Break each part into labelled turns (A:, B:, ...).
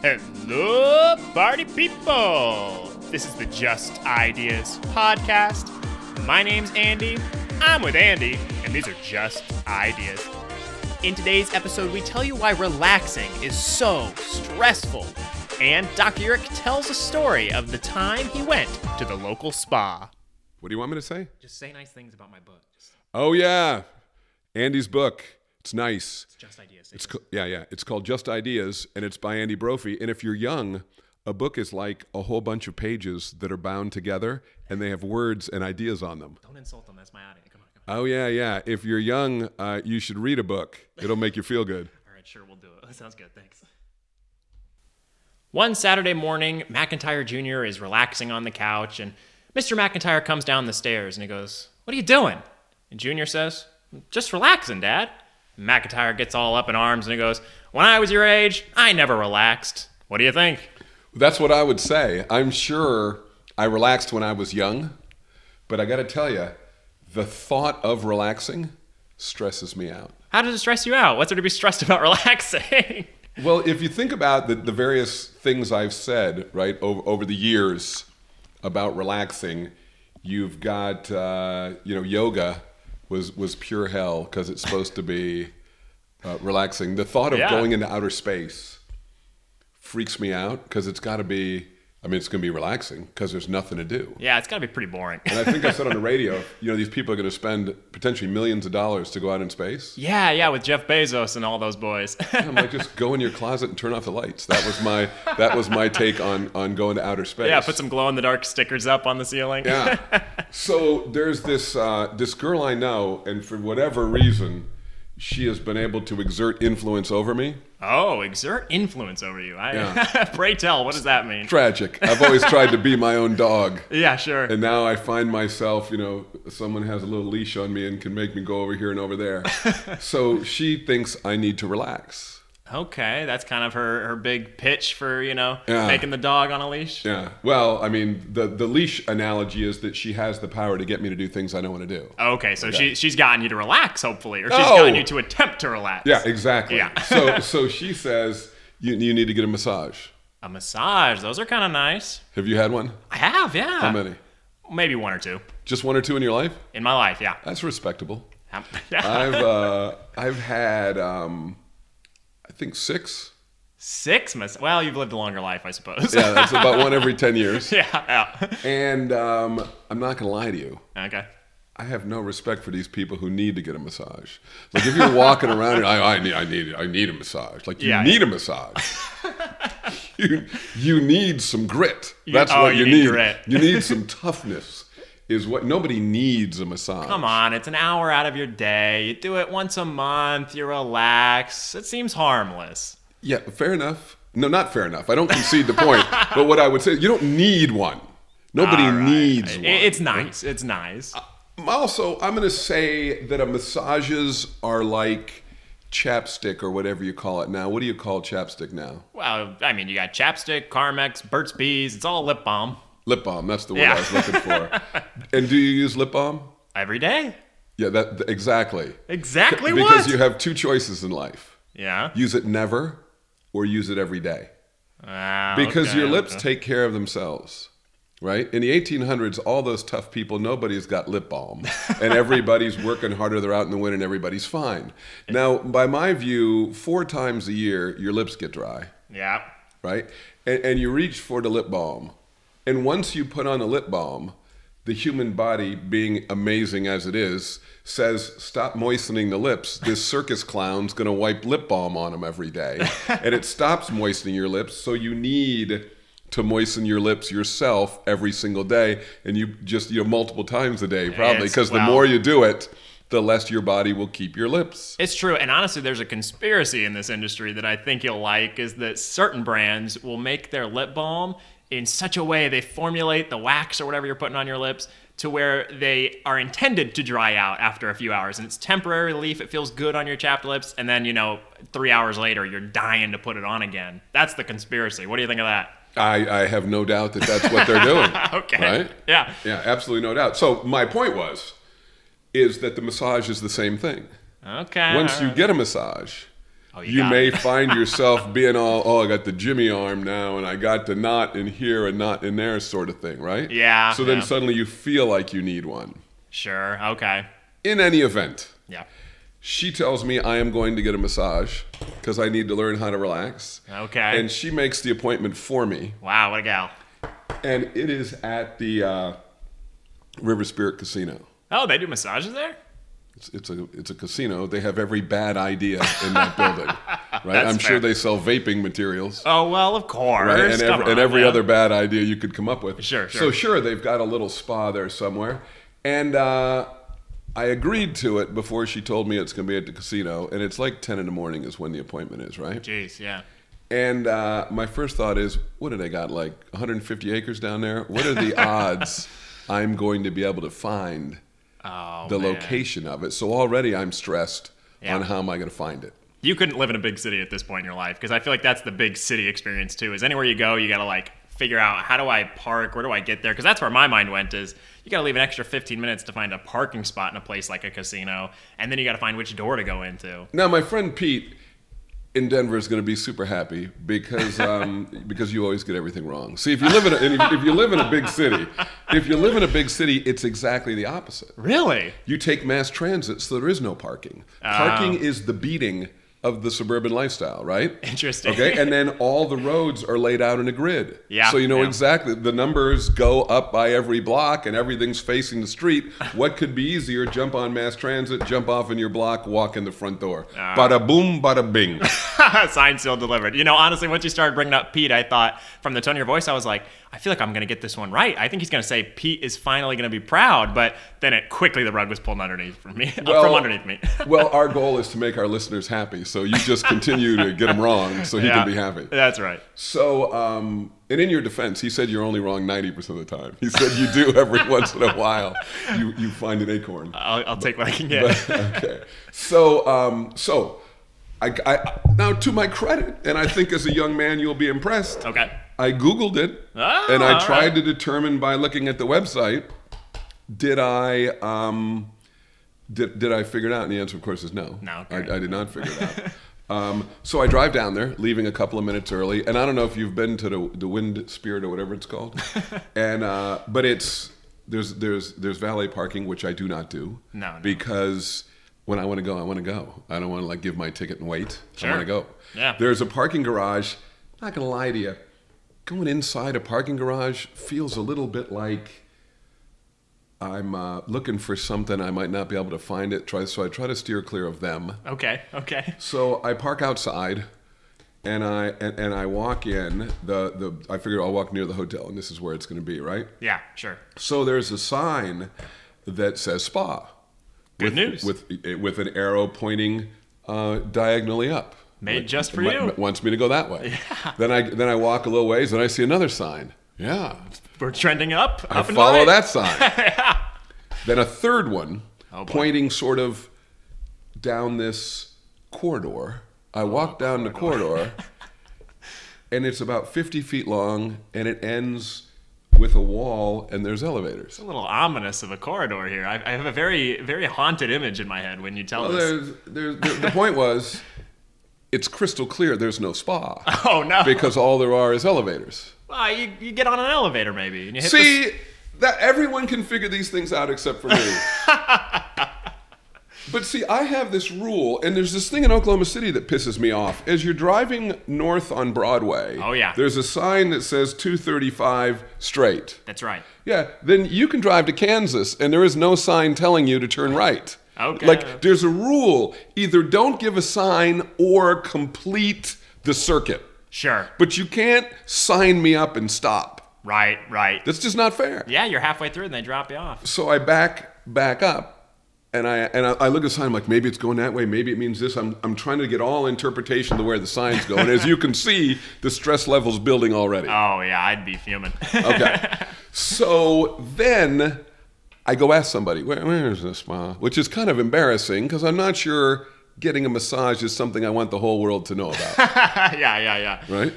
A: Hello, party people! This is the Just Ideas podcast. My name's Andy. I'm with Andy, and these are just ideas. In today's episode, we tell you why relaxing is so stressful. And Dr. Yurick tells a story of the time he went to the local spa.
B: What do you want me to say?
C: Just say nice things about my book. Just,
B: Oh yeah, Andy's book. It's nice.
C: it's just ideas.
B: It's co- yeah, yeah. It's called Just Ideas, and it's by Andy Brophy. And if you're young, a book is like a whole bunch of pages that are bound together, and they have words and ideas on them.
C: Don't insult them. That's my audience. Come on, come
B: Oh yeah, yeah. If you're young, uh, you should read a book. It'll make you feel good.
C: on. All right, sure, we'll do it. That sounds good. Thanks. One Saturday morning, McIntyre Jr. is relaxing on the couch, and Mr. McIntyre comes down the stairs and he goes, What are you doing? And Jr. says, Just relaxing, Dad. McIntyre gets all up in arms and he goes, When I was your age, I never relaxed. What do you think?
B: That's what I would say. I'm sure I relaxed when I was young, but I got to tell you, the thought of relaxing stresses me out.
C: How does it stress you out? What's there to be stressed about relaxing?
B: Well, if you think about the, the various things I've said, right, over, over the years about relaxing, you've got, uh, you know, yoga was, was pure hell because it's supposed to be uh, relaxing. The thought of
C: Yeah.
B: going into outer space freaks me out because it's got to be, I mean, it's going to be relaxing because there's nothing to do.
C: yeah, it's gotta be pretty boring.
B: And I think I said on the radio, you know, these people are going to spend potentially millions of dollars to go out in space.
C: Yeah, yeah, with Jeff Bezos and all those boys.
B: I'm like, just go in your closet and turn off the lights. That was my that was my take on on going to outer space.
C: yeah, put some glow in the dark stickers up on the ceiling.
B: Yeah. So there's this uh, this girl I know, and for whatever reason, she has been able to exert influence over me.
C: Oh, exert influence over you. I
B: Yeah.
C: pray tell, what does that mean?
B: Tragic. I've always tried to be my own dog,
C: Yeah, sure.
B: and now I find myself, you know, someone has a little leash on me and can make me go over here and over there. so she thinks I need to relax.
C: okay, that's kind of her, her big pitch for, you know,
B: Yeah.
C: making the dog on a leash.
B: Yeah. Well, I mean, the the leash analogy is that she has the power to get me to do things I don't want to do.
C: Okay, so she she's gotten you to relax, hopefully, or she's
B: No!
C: gotten you to attempt to relax.
B: Oh. Yeah, exactly.
C: Yeah.
B: so so she says you you need to get a massage.
C: A massage, those are kind of nice.
B: Have you had one?
C: I have, yeah.
B: How many?
C: Maybe one or two
B: Just one or two in your life?
C: in my life, yeah.
B: That's respectable.
C: yeah.
B: I've uh, I've had um, I think six.
C: Six mas- Well, you've lived a longer life, I suppose.
B: Yeah, that's about one every ten years.
C: yeah,
B: And um, I'm not gonna lie to you.
C: yeah. Okay.
B: I have no respect for these people who need to get a massage. Like if you're walking around and I, I need I need I need a massage. Like you
C: Yeah,
B: need a massage. you you need some grit. That's
C: oh,
B: what
C: you
B: you,
C: need
B: need.
C: grit.
B: You need some toughness. Is what nobody needs a massage.
C: Come on, it's an hour out of your day. You do it once a month, you relax. It seems harmless.
B: Yeah, fair enough. No, not fair enough. I don't concede the point. but what I would say, you don't need one. Nobody
C: All right.
B: needs
C: I-
B: one.
C: It's nice. It's nice.
B: Also, I'm going to say that a massages are like chapstick or whatever you call it now. What do you call chapstick now?
C: Well, I mean, you got chapstick, Carmex, Burt's Bees. It's all lip balm
B: Lip balm. That's the word
C: Yeah.
B: I was looking for. and do you use lip balm?
C: every day.
B: Yeah, that th- exactly.
C: Exactly
B: because
C: what?
B: you have two choices in life:
C: yeah.
B: use it never, or use it every day.
C: Ah,
B: Because
C: okay,
B: your lips
C: okay.
B: take care of themselves, right? In the 1800s, all those tough people, nobody's got lip balm, and everybody's working harder. They're out in the wind, and everybody's fine. Now, by my view, four times a year, your lips get dry
C: Yeah.
B: right? And, and you reach for the lip balm. And once you put on a lip balm, the human body, being amazing as it is, says, Stop moistening the lips. This circus clown's gonna wipe lip balm on him every day. and it stops moistening your lips, so you need to moisten your lips yourself every single day. And you just, you know, multiple times a day, probably,
C: It's-
B: because
C: wow.
B: the more you do it, the less your body will keep your lips.
C: It's true, and honestly, there's a conspiracy in this industry that I think you'll like is that certain brands will make their lip balm in such a way they formulate the wax or whatever you're putting on your lips to where they are intended to dry out after a few hours, and it's temporary relief. It feels good on your chapped lips, and then you know, three hours later, you're dying to put it on again. That's the conspiracy. What do you think of that?
B: I, I have no doubt that that's what they're doing.
C: Okay.
B: Right?
C: Yeah.
B: Yeah, absolutely no doubt. So my point was, is that the massage is the same thing.
C: Okay.
B: Once
C: all
B: you
C: right.
B: get a massage,
C: Oh, Ah. you
B: you
C: got
B: may
C: it.
B: find yourself being all, oh, I got the Jimmy arm now, and I got the knot in here and knot in there, sort of thing, right?
C: Yeah,
B: So then
C: yeah.
B: suddenly you feel like you need one.
C: Sure. Okay.
B: In any event,
C: Yeah.
B: she tells me I am going to get a massage because I need to learn how to relax.
C: Okay.
B: And she makes the appointment for me,
C: wow, what a gal.
B: and it is at the uh, River Spirit Casino.
C: Oh, they do massages there?
B: It's, it's a it's a casino. They have every bad idea in that building, right? I'm
C: fair.
B: sure they sell vaping materials.
C: Oh, well, of course.
B: right? And,
C: Come
B: ev-
C: on,
B: and every
C: man.
B: other bad idea you could come up with.
C: Sure,
B: So
C: sure.
B: sure, they've got a little spa there somewhere, and uh, I agreed to it before she told me it's going to be at the casino, and it's like ten in the morning is when the appointment is, right?
C: Jeez, yeah.
B: And uh, my first thought is, what do they got? Like 150 acres down there? What are the odds I'm going to be able to find
C: Oh,
B: the
C: man.
B: location of it? So already I'm stressed
C: Yeah.
B: on how am I going to find it.
C: You couldn't live in a big city at this point in your life because I feel like that's the big city experience too. Is anywhere you go, you got to like figure out how do I park? Where do I get there? Because that's where my mind went is you got to leave an extra 15 minutes to find a parking spot in a place like a casino, and then you got to find which door to go into.
B: Now, my friend Pete in Denver is going to be super happy because um, because you always get everything wrong. See, if you live in a, and if, if you live in a big city, if you live in a big city, it's exactly the opposite.
C: Really?
B: You take mass transit, so there is no parking. Parking
C: Ah.
B: is the beating of the suburban lifestyle, right?
C: Interesting.
B: Okay, and then all the roads are laid out in a grid.
C: Yeah,
B: So you know
C: yeah.
B: exactly the numbers go up by every block, and everything's facing the street. What could be easier? Jump on mass transit, jump off in your block, walk in the front door.
C: Ah.
B: bada boom, bada bing.
C: Signed, sealed, delivered. You know, honestly, once you started bringing up Pete, I thought from the tone of your voice, I was like, I feel like I'm going to get this one right. I think he's going to say Pete is finally going to be proud, but then it quickly the rug was pulled underneath from me, from underneath me.
B: well, our goal is to make our listeners happy, so you just continue to get them wrong, so he
C: Yeah,
B: can be happy.
C: That's right.
B: So, um, and in your defense, he said you're only wrong 90% of the time. He said you do every once in a while. You, you find an acorn.
C: I'll, I'll take what I can get.
B: okay. So, um, so I, I, now to my credit, and I think as a young man, you'll be impressed.
C: Okay.
B: I Googled it
C: Ah,
B: and
C: all
B: I
C: right.
B: tried to determine by looking at the website, did I, um, did, did I figure it out? And the answer, of course, is no.
C: No,
B: I,
C: correct.
B: I did not figure it out. Um, so I drive down there, leaving a couple of minutes early, and I don't know if you've been to the, the Wind Spirit or whatever it's called, and uh, but it's there's there's there's valet parking, which I do not do.
C: No, no.
B: because when I want to go, I want to go. I don't want to like give my ticket and wait.
C: Sure.
B: I want to go.
C: Yeah.
B: There's a parking garage. Not gonna lie to you, going inside a parking garage feels a little bit like I'm uh, looking for something. I might not be able to find it. Try so I try to steer clear of them.
C: Okay. Okay.
B: So I park outside, and I and, and I walk in the the. I figured I'll walk near the hotel, and this is where it's going to be, right?
C: Yeah. Sure.
B: So there's a sign that says spa.
C: Good news.
B: With eh, with an arrow pointing uh, diagonally up.
C: Made just for
B: mi-
C: you.
B: mi- Wants me to go that way. Then I then I walk a little ways, and I see another sign. Yeah,
C: We're trending up.
B: I
C: up and
B: follow
C: right.
B: that sign. Then a third one
C: Oh, boy.
B: pointing sort of down this corridor.
C: Oh,
B: I walk down the corridor, and it's about 50 feet long, and it ends with a wall, and there's elevators.
C: A little ominous of a corridor here. I, I have a very, very haunted image in my head when you tell
B: Well,
C: this.
B: there's, there's, the, the point was, it's crystal clear there's no spa
C: Oh no!
B: because all there are is elevators.
C: Well, you, you get on an elevator maybe, and you hit
B: See, that everyone can figure these things out except for me. but see, I have this rule, and there's this thing in Oklahoma City that pisses me off. As you're driving north on Broadway,
C: Oh, yeah.
B: there's a sign that says 235 straight.
C: The, that's right.
B: Yeah, then you can drive to Kansas and there is no sign telling you to turn right.
C: Okay.
B: Like there's a rule either don't give a sign or complete the circuit.
C: Sure.
B: But you can't sign me up and stop.
C: Right. Right.
B: That's just not fair.
C: Yeah, you're halfway through and they drop you off.
B: So I back back up and I and I, I look at the sign I'm like maybe it's going that way, maybe it means this. I'm I'm trying to get all interpretation to where the signs go. and as you can see, the stress level's building already.
C: Oh yeah, I'd be fuming.
B: Okay. so then I go ask somebody, Where, where is this spa? Which is kind of embarrassing because I'm not sure getting a massage is something I want the whole world to know about,
C: yeah, yeah, yeah.
B: right?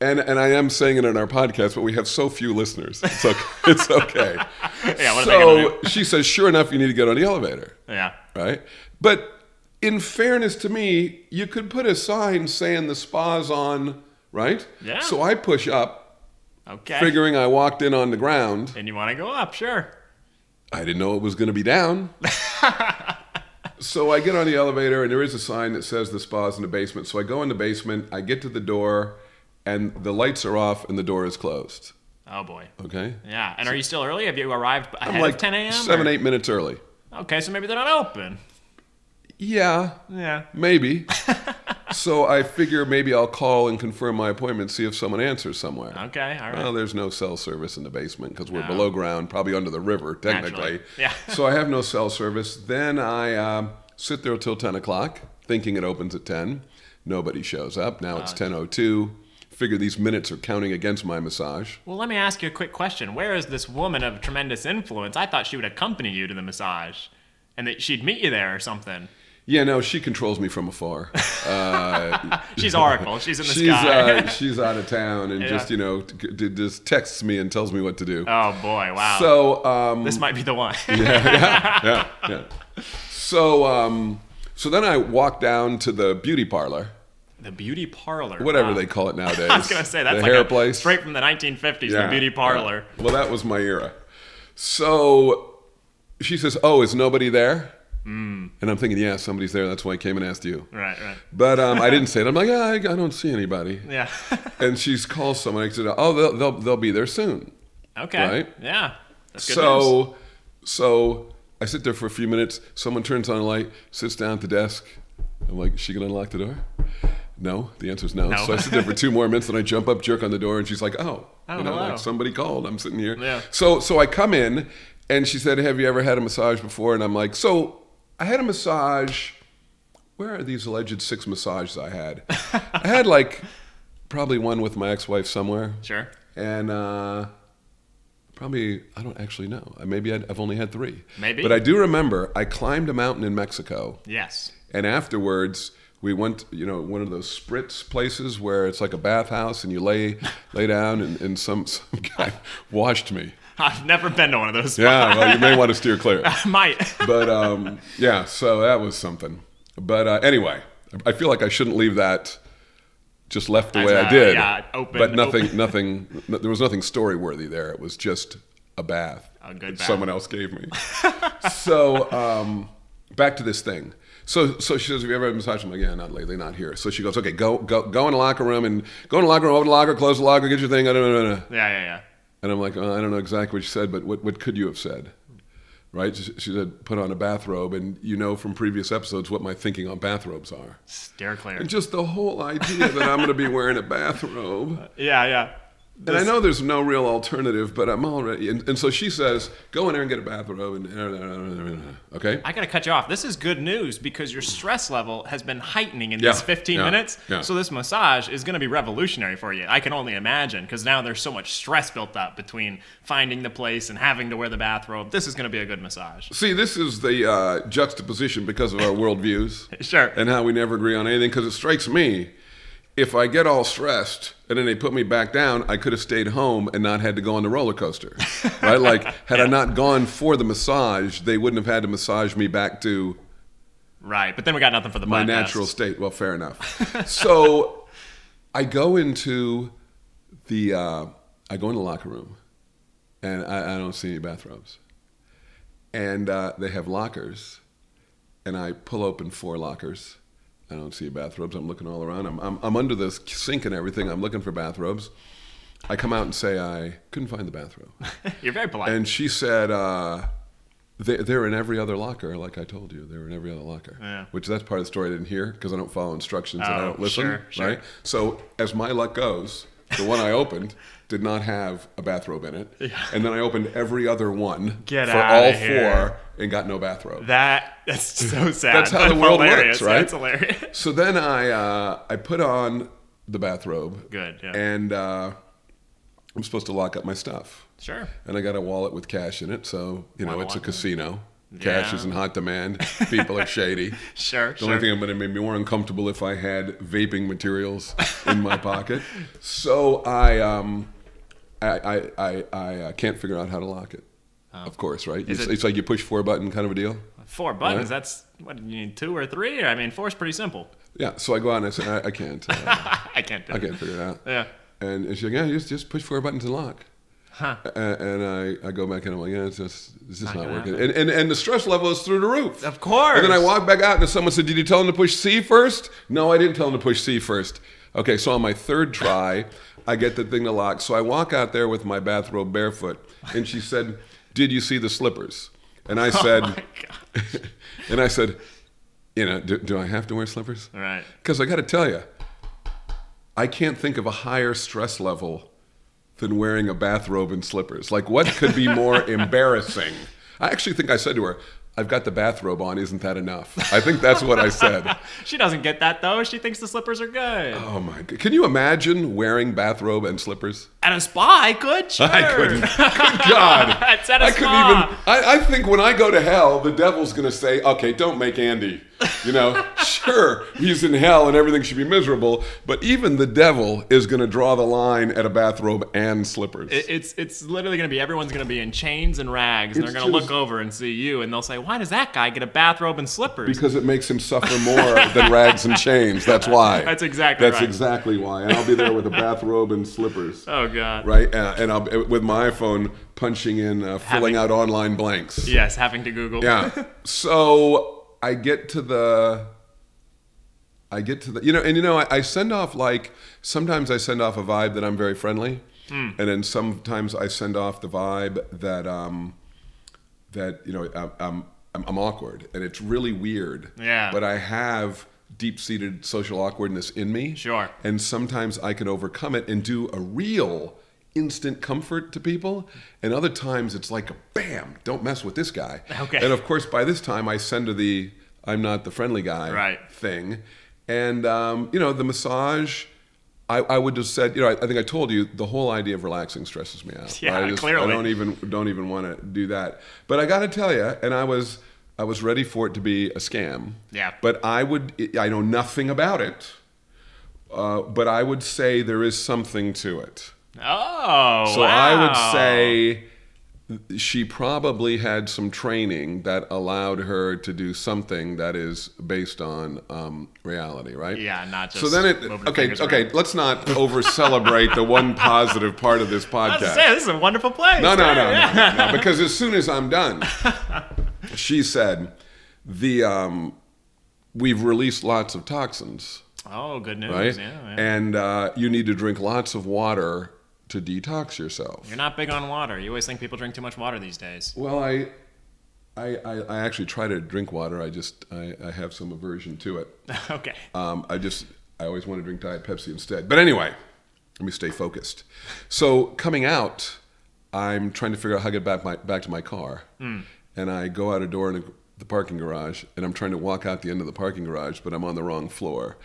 B: And, and I am saying it in our podcast, but we have so few listeners. It's okay. It's okay.
C: Yeah, what are they gonna
B: so she says, sure enough, you need to get on the elevator,
C: Yeah.
B: right? But in fairness to me, you could put a sign saying the spa's on, right?
C: Yeah.
B: So I push up,
C: Okay.
B: figuring I walked in on the ground.
C: and you want to go up, sure.
B: I didn't know it was going to be down. so I get on the elevator, and there is a sign that says the spa's in the basement. So I go in the basement, I get to the door, and the lights are off and the door is closed.
C: Oh boy.
B: Okay?
C: Yeah. And are you still early? Have you arrived ahead
B: I'm like
C: of 10 a.m.?
B: seven,
C: or-
B: eight minutes early.
C: Okay, so maybe they're not open.
B: Yeah,
C: Yeah.
B: maybe. so I figure maybe I'll call and confirm my appointment, see if someone answers somewhere.
C: Okay. All right.
B: Well, there's no cell service in the basement because we're below ground, probably under the river, technically.
C: Naturally. Yeah.
B: so I have no cell service. Then I um, sit there till 10 o'clock, thinking it opens at 10. Nobody shows up. Now it's 10.02. Figure these minutes are counting against my massage.
C: well, let me ask you a quick question. Where is this woman of tremendous influence? I thought she would accompany you to the massage, and that she'd meet you there or something.
B: Yeah, no, she controls me from afar.
C: She's Oracle. She's in the
B: she's,
C: sky.
B: uh, she's out of town and just,
C: Yeah.
B: you know, t- t- just texts me and tells me what to do.
C: oh boy! Wow.
B: So, um,
C: this might be the one.
B: yeah, yeah. So, um, so then I walk down to the beauty parlor.
C: the beauty parlor.
B: whatever
C: wow.
B: they call it nowadays.
C: Uh, I was gonna say that's
B: the
C: like
B: hair
C: a,
B: place.
C: straight from the 1950s.
B: Yeah,
C: The beauty
B: yeah.
C: parlor.
B: Well, that was my era. So she says, "Oh, is nobody there?"
C: Hmm.
B: Mm. And I'm thinking, "Yeah, somebody's there. That's why I came and asked you."
C: Right. Right.
B: But um, I didn't say it. I'm like, yeah, I, I don't see anybody.
C: Yeah.
B: And she's calls someone. I said, "Oh, they'll they'll, they'll be there soon."
C: okay.
B: Right?
C: Yeah. That's good news.
B: so, so I sit there for a few minutes. Someone turns on a light, sits down at the desk. I'm like, is she gonna unlock the door? No, the answer is no.
C: No.
B: So I sit there for two more minutes, and I jump up, jerk on the door, and she's like, oh,
C: Oh,
B: you know,
C: hello.
B: like somebody called. I'm sitting here.
C: Yeah.
B: So, so I come in, and she said, have you ever had a massage before? And I'm like, so I had a massage. Where are these alleged six massages I had? I had like probably one with my ex-wife somewhere
C: Sure.
B: and uh, probably I don't actually know. I- Maybe I'd, I've only had three.
C: Maybe.
B: but I do remember I climbed a mountain in Mexico,
C: Yes.
B: and afterwards we went, you know, one of those spritz places where it's like a bathhouse, and you lay lay down, and, and some some guy washed me.
C: I've never been to one of those.
B: Yeah, well, you may want to steer clear.
C: Might.
B: But um, yeah, so that was something. But uh, anyway, I feel like I shouldn't leave that. Just left the
C: As,
B: way I
C: uh,
B: did,
C: yeah, open-
B: but nothing, nothing. No, there was nothing story worthy there. It was just a bath.
C: A good
B: that Someone else gave me. so um, back to this thing. So so she says, "Have you ever had a massage?" I'm like, "Yeah, not lately, not here." So she goes, "Okay, go go go in the locker room and go in the locker room, open the locker, close the locker, get your thing." I don't know. no, no.
C: Yeah, yeah, yeah.
B: And I'm like, oh, I don't know exactly what you said, but what, what could you have said? Right? She she said, put on a bathrobe, and you know from previous episodes what my thinking on bathrobes are.
C: Steer clear.
B: And just the whole idea that I'm going to be wearing a bathrobe.
C: Yeah, yeah.
B: And I know there's no real alternative, but I'm already. And, and so she says, go in there and get a bathrobe. And, okay?
C: I gotta cut you off. This is good news because your stress level has been heightening in
B: Yeah,
C: these 15
B: yeah,
C: minutes.
B: yeah.
C: So this massage is gonna be revolutionary for you. I can only imagine because now there's so much stress built up between finding the place and having to wear the bathrobe. This is gonna be a good massage.
B: See, this is the uh, juxtaposition because of our worldviews.
C: Sure.
B: And how we never agree on anything. Because it strikes me, if I get all stressed and then they put me back down, I could have stayed home and not had to go on the roller coaster. right? Like, had I not gone for the massage, they wouldn't have had to massage me back to
C: Right. But then we got nothing for the
B: my
C: podcast.
B: natural state. Well, fair enough. so I go into the uh, I go in the locker room, and I, I don't see any bathrobes, and uh, they have lockers, and I pull open four lockers. I don't see bathrobes. I'm looking all around. I'm, I'm, I'm under the sink and everything. I'm looking for bathrobes. I come out and say I couldn't find the bathrobe.
C: You're very polite.
B: And she said, uh, they, they're in every other locker, like I told you. They were in every other locker.
C: Yeah.
B: Which that's part of the story I didn't hear because I don't follow instructions and I
C: Oh,
B: don't listen.
C: sure, sure.
B: Right? So, as my luck goes, the one I opened did not have a bathrobe in it. And then I opened every other one
C: Get
B: for
C: outta
B: all
C: here.
B: four and got no bathrobe.
C: that that's so sad.
B: That's how
C: but
B: the world
C: hilarious.
B: works, right?
C: That's hilarious.
B: so then I, uh, I put on the bathrobe.
C: Good, yeah.
B: And uh, I'm supposed to lock up my stuff.
C: Sure.
B: and I got a wallet with cash in it. So you know,
C: Wanna
B: it's a
C: walk in?
B: casino. Cash
C: Yeah.
B: is in hot demand. People are shady.
C: Sure,
B: The
C: sure.
B: only thing that would have made me more uncomfortable if I had vaping materials in my pocket. So I, um, I, I, I, I uh, can't figure out how to lock it. Of course, right? It's,
C: Oh. it-
B: it's like you push for a button kind of a deal.
C: Four buttons.
B: Right.
C: That's what do you need two or three. I mean, four's pretty simple.
B: Yeah. So I go on and I say, I, I can't. uh,
C: I can't do
B: I
C: it.
B: can't figure it out.
C: Yeah.
B: And she's like, yeah, just just push four buttons and lock.
C: Huh.
B: A- And I, I go back and I'm like, yeah, it's just it's just not,
C: gonna
B: working. And, and and the stress level is through the roof.
C: Of course.
B: And then I walk back out and someone said, did you tell him to push C first? No, I didn't tell him to push C first. Okay, so on my third try, I get the thing to lock. So I walk out there with my bathrobe barefoot, and she said, did you see the slippers? And I said,
C: Oh My God.
B: and I said, you know, do, do I have to wear slippers?
C: All right.
B: Because I got to tell you, I can't think of a higher stress level than wearing a bathrobe and slippers. Like, what could be more embarrassing? I actually think I said to her, I've got the bathrobe on, isn't that enough? I think that's what I said.
C: She doesn't get that though. She thinks the slippers are good.
B: Oh my God. Can you imagine wearing bathrobe and slippers?
C: At a spa, I could. Sure.
B: I couldn't. Good God.
C: It's at a
B: I couldn't
C: spa.
B: even. I, I think when I go to hell, the devil's going to say, okay, don't make Andy. You know, sure, he's in hell and everything should be miserable, but even the devil is going to draw the line at a bathrobe and slippers.
C: It- It's it's literally gonna be everyone's gonna be in chains and rags, and
B: It's
C: they're gonna look
B: just-
C: over and see you, and they'll say, "Why does that guy get a bathrobe and slippers?"
B: because it makes him suffer more than rags and chains. That's why.
C: That's exactly
B: That's
C: right.
B: exactly why. And I'll be there with a bathrobe and slippers.
C: oh god.
B: Right, uh, and I'll with my iPhone punching in, uh, filling
C: Having-
B: out online blanks.
C: Yes, having to Google.
B: Yeah. So I get to the. I get to the, you know, and you know, I, I send off like, sometimes I send off a vibe that I'm very friendly.
C: Hmm.
B: And then sometimes I send off the vibe that, um, that, you know, I, I'm, I'm, I'm awkward and it's really weird.
C: Yeah.
B: But I have deep seated social awkwardness in me.
C: Sure.
B: And sometimes I can overcome it and do a real instant comfort to people. And other times it's like, bam, don't mess with this guy.
C: Okay.
B: And of course, by this time, I send to the I'm not the friendly guy
C: Right.
B: thing. And, um, you know, the massage, I, I would just said, you know, I, I think I told you the whole idea of relaxing stresses me out.
C: Yeah,
B: I just,
C: clearly.
B: I don't even, don't even want to do that. But I got to tell you, and I was, I was ready for it to be a scam.
C: Yeah.
B: But I would, I know nothing about it. Uh, but I would say there is something to it.
C: Oh.
B: So I would
C: wow.
B: say she probably had some training that allowed her to do something that is based on um, reality, right?
C: Yeah, not just.
B: So then it
C: moving the
B: okay
C: fingers
B: okay
C: around.
B: let's not over celebrate the one positive part of this
C: I was gonna
B: podcast.
C: say this is a wonderful place.
B: No, no, no,
C: Yeah.
B: no, no, no, Because as soon as I'm done, she said, "The um, we've released lots of toxins,
C: Oh, good news.
B: right?
C: Yeah, yeah.
B: And uh, you need to drink lots of water to detox yourself."
C: You're not big on water. You always think people drink too much water these days.
B: Well, I, I, I, I actually try to drink water. I just I, I have some aversion to it.
C: okay.
B: Um, I just I always want to drink Diet Pepsi instead. But anyway, let me stay focused. So coming out, I'm trying to figure out how to get back my back to my car, and I go out a door in the parking garage, and I'm trying to walk out the end of the parking garage, but I'm on the wrong floor.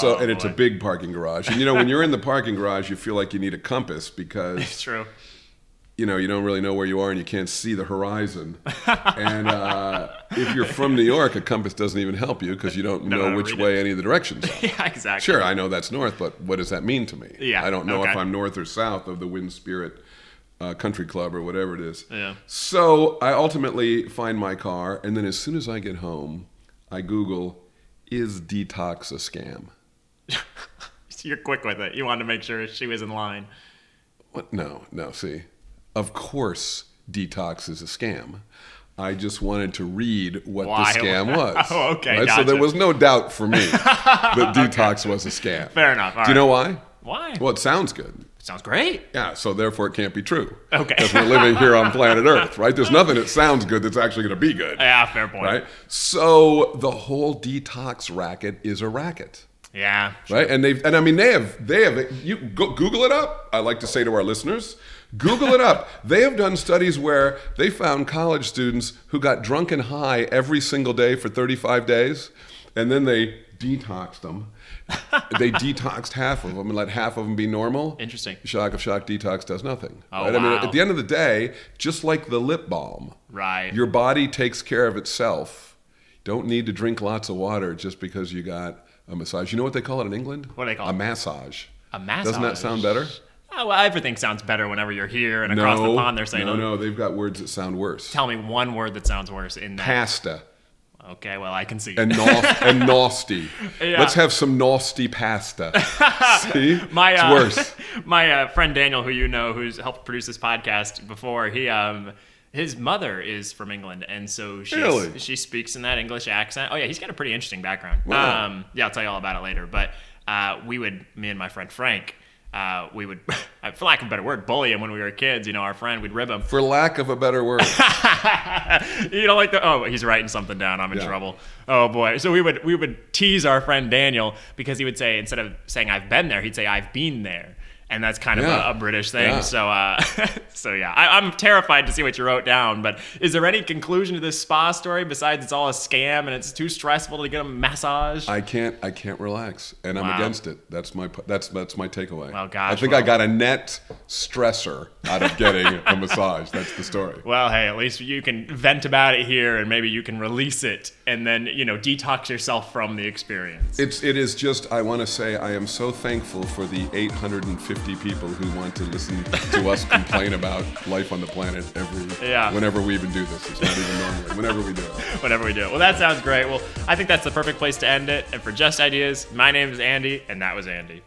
B: so and it's a
C: boy.
B: big parking garage, and you know when you're in the parking garage, you feel like you need a compass because
C: It's true.
B: you know, you don't really know where you are and you can't see the horizon. and uh, if you're from New York, a compass doesn't even help you because you don't
C: No,
B: know
C: no,
B: which
C: read
B: way any of the directions are.
C: Yeah, exactly.
B: Sure, I know that's north, but what does that mean to me?
C: Yeah,
B: I don't know if
C: okay.
B: I'm north or south of the Wind Spirit uh, Country Club or whatever it is.
C: Yeah.
B: So I ultimately find my car, and then as soon as I get home, I Google, is detox a scam?
C: You're quick with it. You wanted to make sure she was in line.
B: What? No, no. See, of course, detox is a scam. I just wanted to read what
C: Why?
B: the scam was.
C: Oh, okay,
B: So
C: gotcha.
B: there was no doubt for me that detox was a scam.
C: Fair enough.
B: Do
C: All
B: you know why?
C: Why?
B: Well, it sounds good.
C: Sounds great.
B: Yeah. So therefore, it can't be true.
C: Okay.
B: Because we're living here on planet Earth, right? There's nothing that sounds good that's actually going to be good,
C: Yeah, fair point.
B: right? So the whole detox racket is a racket
C: Yeah.
B: right? And they've and I mean they have they have you go, Google it up. I like to say to our listeners, Google it up. They have done studies where they found college students who got drunk and high every single day for 35 days, and then they detoxed them. they detoxed half of them and let half of them be normal.
C: Interesting.
B: Shock of shock detox does nothing.
C: Oh,
B: I mean,
C: wow.
B: at the end of the day, just like the lip balm,
C: Right.
B: your body takes care of itself. Don't need to drink lots of water just because you got a massage. You know what they call it in England?
C: What do they call
B: a
C: it?
B: massage?
C: A massage.
B: Doesn't that sound better?
C: Oh, well, everything sounds better whenever you're here and across the pond. They're saying,
B: no,
C: "Oh,
B: no. They've got words that sound worse.
C: "Tell me one word that sounds worse." In that,
B: Pasta.
C: Okay, well I can see.
B: and nos- and nasty.
C: Yeah.
B: Let's have some nasty pasta. See,
C: my
B: it's
C: uh,
B: worse.
C: my uh, friend Daniel, who you know, who's helped produce this podcast before, he um his mother is from England, and so she
B: Really?
C: she speaks in that English accent. Oh yeah, he's got a pretty interesting background.
B: Wow.
C: Um, yeah, I'll tell you all about it later. But uh, we would me and my friend Frank. Uh, we would, for lack of a better word, bully him when we were kids. You know, our friend, we'd rib him.
B: For lack of a better word,
C: you know, like the oh, he's writing something down. I'm in
B: Yeah.
C: trouble. Oh boy. So we would we would tease our friend Daniel because he would say instead of saying I've been there, he'd say I've been there, and that's kind of
B: Yeah.
C: a, a British thing.
B: Yeah.
C: So uh, so yeah, I, I'm terrified to see what you wrote down. But is there any conclusion to this spa story besides it's all a scam and it's too stressful to get a massage?
B: I can't. I can't relax, and I'm
C: Wow.
B: against it. That's my. That's that's my takeaway.
C: Well, gosh,
B: I think I
C: well.
B: got a net stressor out of getting a massage. That's the story.
C: well, hey, at least you can vent about it here, and maybe you can release it, and then you know detox yourself from the experience.
B: It's it is just I want to say I am so thankful for the 850 people who want to listen to us complain about life on the planet every
C: Yeah.
B: whenever we even do this. It's not even normally. Whenever we do it.
C: whenever we do it. Well, that sounds great. Well, I think that's the perfect place to end it. And for Just Ideas, my name is Andy, and that was Andy.